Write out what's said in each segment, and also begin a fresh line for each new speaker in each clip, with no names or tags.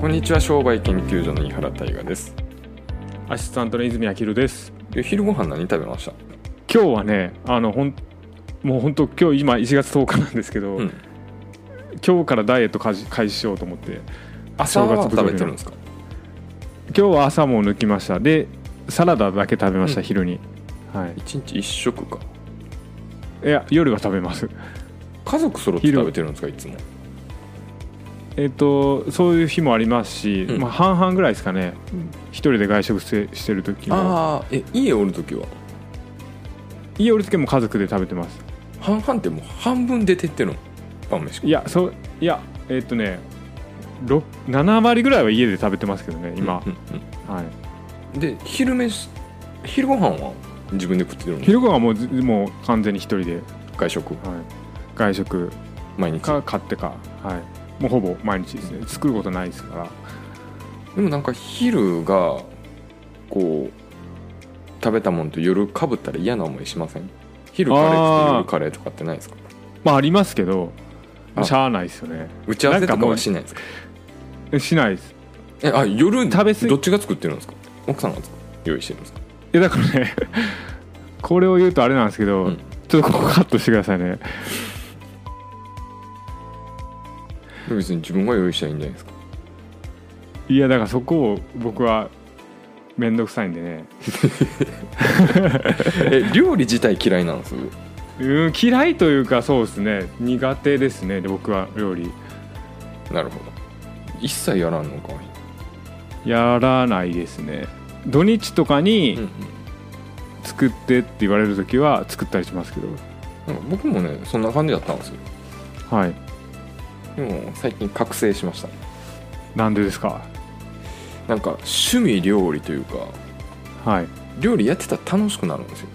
こんにちは商売研究所の井原大我です
アシスタントの泉明宏です。
え昼ご飯何食べました
今日はね、あのほんもう本当今日今1月10日なんですけど、
うん
今日からダイエット開始開始しようと思って、
朝は
正月
食
太り
べてるんですか
今日は朝も抜きました。で、サラダだけ食べました、
うん
昼に。はい。
一日一食か
いや夜は食べます。
家族揃って食べてるんですかいつも
えっとそういう日もありますし、
うん
まあ半々ぐらいですかね。一人で外食してしてる時も、
ああえ家おる時は
家おる時も家族で食べてます。
半々ってもう半分出てってるの晩飯
いやそういやえっとね、ろ7割ぐらいは家で食べてますけどね今、
うん
はい。
うんで昼飯昼ご飯は自分で食ってるの
昼ごはもうずもう完全に一人で、
外食
はい、外食
毎日
か買ってか、はい、もうほぼ毎日ですね作ることないですから
でもなんか昼がこう食べたもんと夜かぶったら嫌な思いしません昼カレーっ
あ
て
ー
夜カレーとかってないですか
まあありますけど
あ
しゃあないですよね
打ち合わせとかはしないですか
えしないです
えあ夜
食べ過ぎ
どっちが作ってるんですか奥さんが作用意してるんですか
いやだからね これを言うとあれなんですけど、
うん
ちょっとここカットしてくださいね
別に自分が用意したらいいんじゃないですか
いやだからそこを僕は面倒くさいんでね
え料理自体嫌いなんです
うん嫌いというかそうですね苦手ですねで僕は料理
なるほど一切やらんのか
やらないですね土日とかに、
うん
作ってって言われる時は作ったりしますけど
なんか僕もねそんな感じだったんですよ
はい
でも最近覚醒しました
なんでですか
なんか趣味料理というか
はい
料理やってたら楽しくなるんですよ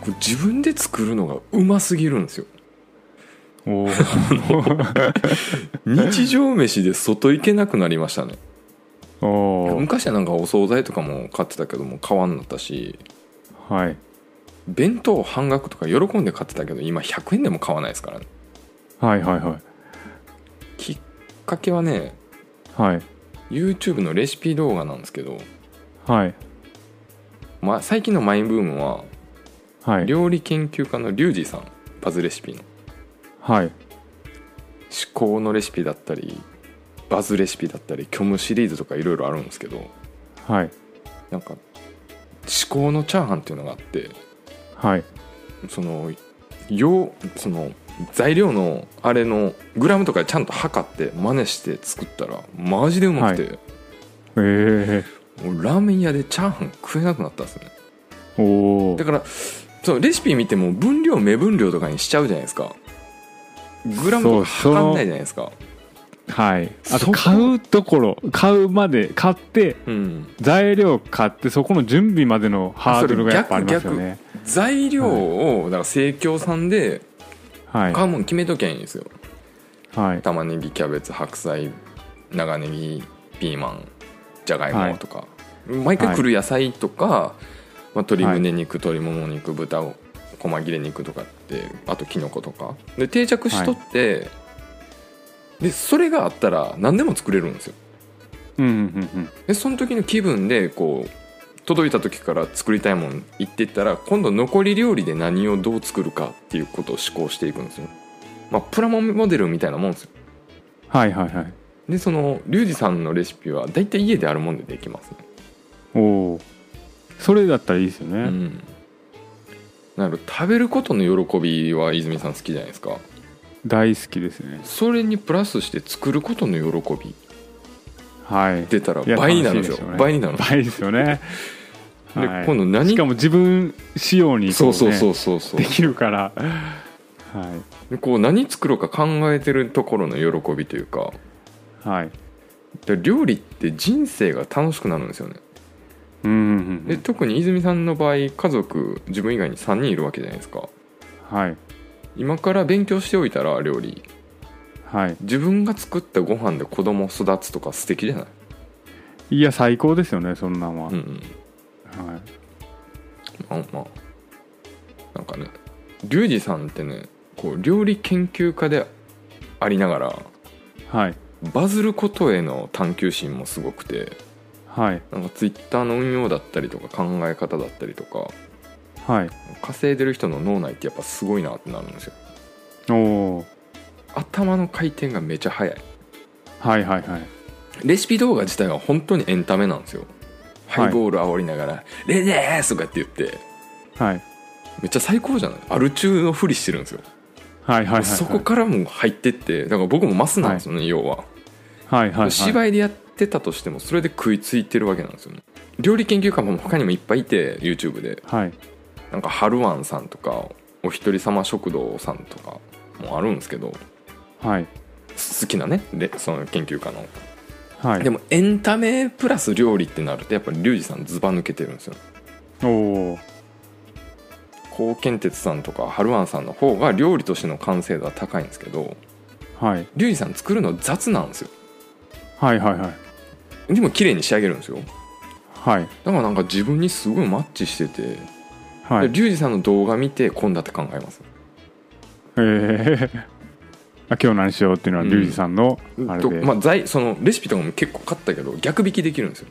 これ自分で作るのがうますぎるんですよ
おー
日常飯で外行けなくなりましたね
おー
昔はなんかお惣菜とかも買ってたけども買わんなったし
はい
弁当半額とか喜んで買ってたけど今100円でも買わないですからね
はいはいはい
きっかけはね
はい
YouTube のレシピ動画なんですけど、
はい
まあ、最近のマイブームは
はい
料理研究家のリュウジさんバズレシピの
はい
至高のレシピだったりバズレシピだったり虚無シリーズとかいろいろあるんですけど
はい
なんか至高のチャーハンっていうのがあって
はい
そのよその材料のあれのグラムとかでちゃんと測って真似して作ったらマジでうまくて、
ええ
もうラーメン屋でチャーハン食えなくなったんですね
ー、おお
だからそのレシピ見ても分量目分量とかにしちゃうじゃないですかグラムとか
そうそ
測
の
んないじゃないですか
はいあ
そこと
買うところ買うまで買って
うん
材料買ってそこの準備までのハードルがやっぱありますよね
材料をだから生協さんで
はい
買うもん決めときゃいいんですよ
はい
玉ねぎキャベツ白菜長ネギピーマンじゃがいもとか、毎回来る野菜とか、まあ、鶏胸肉鶏もも肉豚を細切れ肉とかってあときのことかで定着しとって、でそれがあったら何でも作れるんですよ
うんうんうん
でその時の気分でこう届いた時から作りたいもん言ってったら今度残り料理で何をどう作るかっていうことを思考していくんですよまあプラモデルみたいなもんですよ
はいはいはい
でそのリュウジさんのレシピは大体家であるもんでできますね、
おおそれだったらいいですよね、
うん、なる食べることの喜びは泉さん好きじゃないですか
大好きですね
それにプラスして作ることの喜び
はい
出たら
いや
倍になるんですよ
楽しいですよね
倍になるんです
倍ですよね。
で
はい
今度何
しかも自分仕様に
そうそうそううそうそう
できるから、は
でこう何作ろうか考えてるところの喜びというか
いはい。
で料理って人生が楽しくなるんですよね
うんうんう
で
ん
特に泉さんの場合家族自分以外に3人いるわけじゃないですか
はい
今から勉強しておいたら料理
はい。
自分が作ったご飯で子供育つとか素敵じゃない、
いや最高ですよねそんなんは。
うんうん
はい。
まあまあなんかねリュウジさんってねこう料理研究家でありながら
はい。
バズることへの探求心もすごくて
はい
なんかツイッターの運用だったりとか考え方だったりとか
はい
稼いでる人の脳内ってやっぱすごいなってなるんですよ
おお
頭の回転がめちゃ早い
はいはいはい
レシピ動画自体は本当にエンタメなんですよ
はい
ハイボール煽りながら「レデース!」とかって言って
はい
めっちゃ最高じゃないアル中のふりしてるんですよ
はいはいはいはい
そこからもう入ってってだから僕もマスなんですよね、要は
はいはいはい
芝居でやってたとしてもそれで食いついてるわけなんですよね料理研究家も他にもいっぱいいて YouTube で
はい
なんかハルワンさんとかお一人様食堂さんとかもあるんですけど
はい
好きなねでその研究家の
はい
でもエンタメプラス料理ってなるとやっぱりリュウジさんズバ抜けてるんですよ
おお
高健鉄さんとかハルワンさんの方が料理としての完成度は高いんですけど
はい
リュウジさん作るの雑なんですよ
はいはいはい
でも綺麗に仕上げるんですよ
はい
だからなんか自分にすごいマッチしてて、
はい
リュウジさんの動画見て献立考えます
えー あ今日何しようっていうのは
うん
リュウジさんのあれ
と
で、
まあ、材そのレシピとかも結構買ったけど逆引きできるんですよ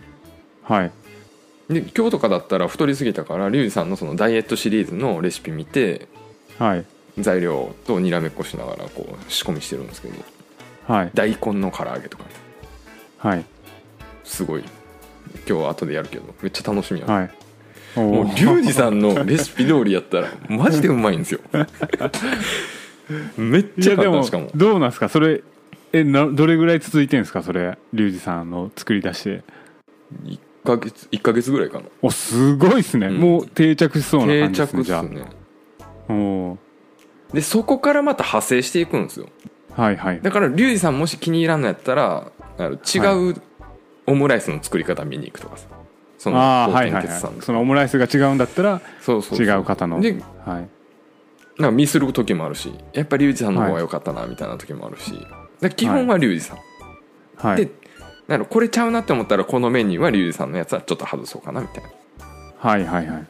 はい
で今日とかだったら太りすぎたからリュウジさんのそのダイエットシリーズのレシピ見て
はい
材料とにらめっこしながらこう仕込みしてるんですけど
はい
大根の唐揚げとかね
はい
すごい今日後でやるけどめっちゃ楽しみやな
はいお
もう
お
リュウジさんのレシピ通りやったらマジでうまいん ですよめっ
い
ち
や
ゃ
で
簡
も
単しかも
どうなんですかそれえなどれぐらい続いてんですかそれリュウジさんの作り出して
1ヶ月1ヶ月ぐらいかな
おすごいっすね、
うん
もう定着しそうな
定
感じです
着
ね
っ
じゃ
すね
あおー
でそこからまた派生していくんですよ
はいはい
だからリュウジさんもし気に入らんのやったらあの違うオムライスの作り方見に行くとかさその
ああ
高
はいはい
検
は
血さん
い
の
そのオムライスが違うんだったら
そうそう
違
そう
方の
で
はい
なんか見する時もあるしやっぱリュウジさんの方が良かったなみたいな時もあるし、だから基本はリュウジさん、
は
で
い
なんかこれちゃうなって思ったらこのメニューはリュウジさんのやつはちょっと外そうかなみたいな
はいはいはい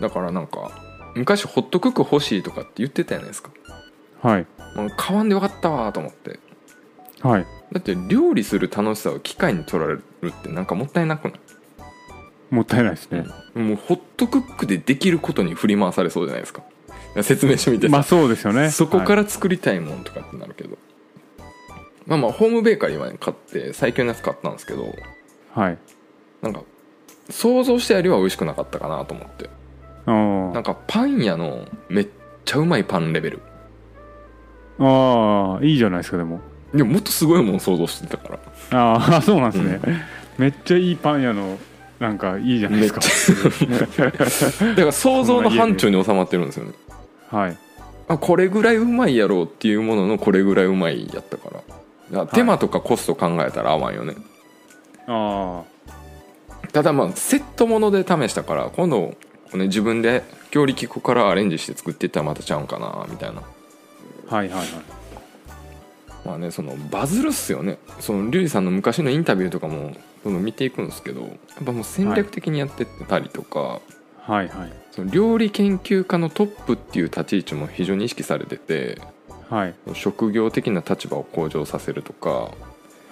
だからなんか昔ホットクック欲しいとかって言ってたじゃないですか
はい
もう買わんでよかったわと思って
はい
だって料理する楽しさを機械に取られるってなんかもったいなくない
もったいないですね、
もうホットクックでできることに振り回されそうじゃないですか説明書みたい
ま
な、
あそうですよね
そこからら作りたいもんとかってなるけど、まあまあホームベーカリーはね買って最強のやつ買ったんですけど
はい、
なんか想像したよりは美味しくなかったかなと思って
お
なんかパン屋のめっちゃうまいパンレベル
ああいいじゃないですかでも
でももっとすごいもん想像してた から
ああそうなんですね、めっちゃいいパン屋のなんかいいじゃないですか
だから想像の範疇に収まってるんですよね
はい
あこれぐらいうまいやろうっていうもののこれぐらいうまいやったからだから手間とかコスト考えたら合わんよね、
あ
ただまあセットもので試したから今度、ね、自分で強力粉からアレンジして作っていったらまたちゃうんかなみたいな
あはいはいはい
まあねそのバズるっすよねそのリュウジさんの昔のインタビューとかもどんどん見ていくんですけどやっぱもう戦略的にやってったりとか、
はいはい
その料理研究家のトップっていう立ち位置も非常に意識されてて
はい
職業的な立場を向上させるとか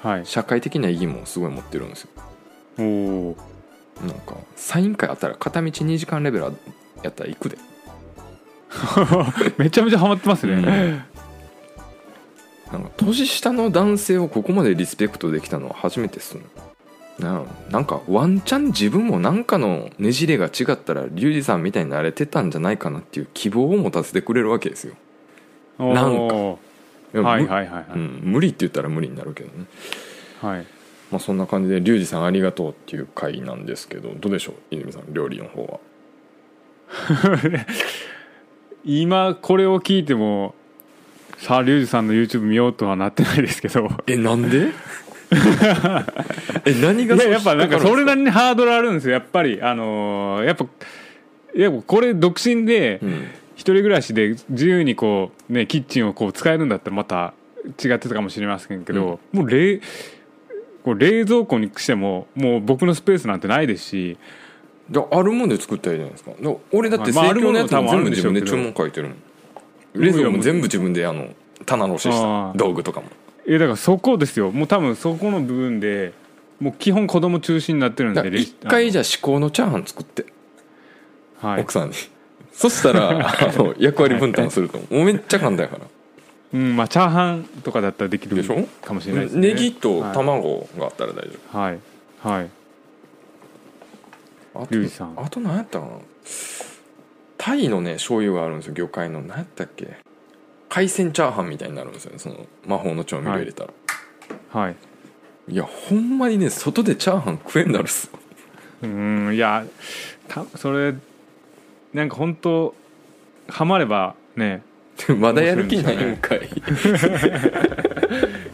はい
社会的な意義もすごい持ってるんですよ
おお
なんかサイン会あったら片道2時間レベルやったら行くで
ーめちゃめちゃハマってますね、
うんなんか年下の男性をここまでリスペクトできたのは初めてっすねなんやろなんかワンチャン自分もなんかのねじれが違ったらリュウジさんみたいになれてたんじゃないかなっていう希望を持たせてくれるわけですよ
おー
なんでも
はい
む
はいはいは
う
い、
ん、無理って言ったら無理になるけどね、
はい
まあ、そんな感じで「リュウジさんありがとう」っていう回なんですけどどうでしょう泉さん料理の方は
今これを聞いてもさあリュウジさんの YouTube 見ようとはなってないですけど
えなんで え何
い
が
ややっぱなんか
引っか
そ
かる
れ
んで
なりにハードルあるんですよやっぱりあのーやっぱやっぱこれ独身です
かうん
一人暮らしで自由にこうねキッチンをこう使えるんだったらまた違ってたかもしれませんけど、もう冷こう冷蔵庫にしてももう僕のスペースなんてないですし
じゃああるもんで作ったらいいじゃないですかだから俺だって
まあ
生協のやつも
まああ
全部
るも
自分で
の多分あるんでし
注
ょうけど
文書いてるもん
いや
冷蔵庫も全部自分であの棚卸しし
あ
た
ー
道具とかも
いえだからそこですよもう多分そこの部分でもう基本子供中心になってるん
だ
で
から
レシ
一回じゃあ至高のチャーハン作って、
あのはい
奥さんにそしたらあの役割分担すると思うもうめっちゃ簡単や から
うんまあチャーハンとかだったらでき
でしょ
るかもしれないですね
ネギと卵があったら大丈
はいはい、はい、
夫あと
リュウジさん
あと何やったかなタイのね醤油があるんですよ魚介の何やったっけ海鮮チャーハンみたいになるんですよねその魔法の調味料入れたら、
はい、
い、やほんまにね外でチャーハン食えんだろっす よ
うんいやたそれなんか本当ハマればね
まだやる気ないんかい
い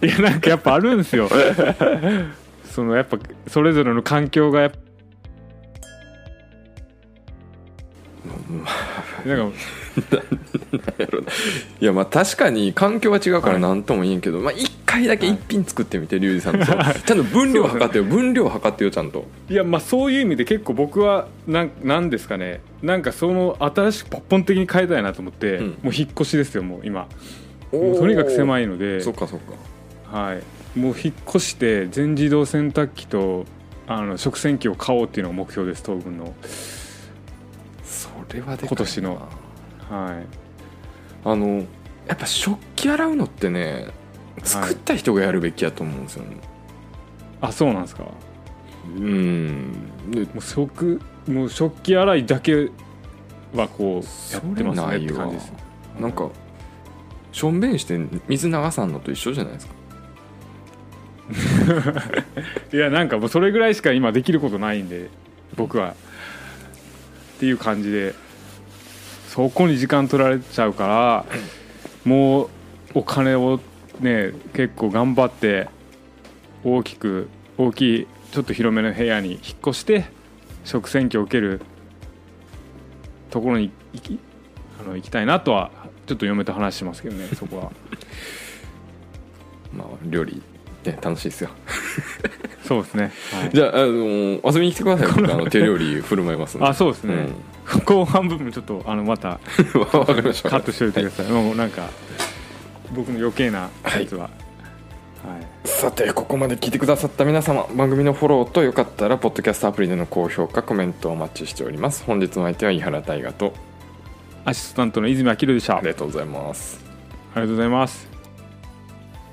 やなんかやっぱあるんです よそのやっぱそれぞれの環境がやっぱなんか
いやまあ確かに環境は違うから何とも言えんけど、まあ一回だけ一品作ってみてリュウジさんとちゃんと分量測ってよ分量測ってよちゃん と
いやまあそういう意味で結構僕はなんなんですかねなんかその新しく抜本的に変えたいなと思って、
うん
もう引っ越しですよもう今も
お
うとにかく狭
い
いので
そっかそっか
はい、もう引っ越して全自動洗濯機とあの食洗機を買おうっていうのが目標です東軍の、
それはでかいな
今年のはい、
あのやっぱ食器洗うのってね作った人がやるべきやと思うんですよね、
あそうなんですかも
うんで
う食もう食器洗いだけはこうや
そ
って
れ
ます
な
ねって
い
感
わ
じです
なんかしょんべんして水流さんのと一緒じゃないですか
いやなんかもうそれぐらいしか今できることないんで僕はっていう感じでそこに時間取られちゃうからもうお金をね結構頑張って大きく大きいちょっと広めの部屋に引っ越して食洗機を受けるところに行きあの行きたいなとはちょっと嫁と話しますけどねそこは
まあ料理って楽しいですよ
そうですね、はい
じゃあ、あの遊びに来てください僕あの手料理振る舞いますんで
あそうですね、 後半部分ちょっとあのまた
うん わかりました
カットしておいてください、もうなんか僕の余計なやつは、はい
さてここまで聞いてくださった皆様番組のフォローとよかったらポッドキャストアプリでの高評価コメントをお待ちしております本日の相手は井原大我と
アシスタントの泉明宏でしたあ
あり
り
がとうございます
がとうございます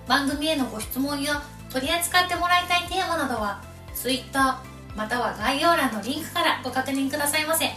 番組へのご質問や取り扱ってもらいたいテーマなどは Twitter または概要欄のリンクからご確認くださいませ。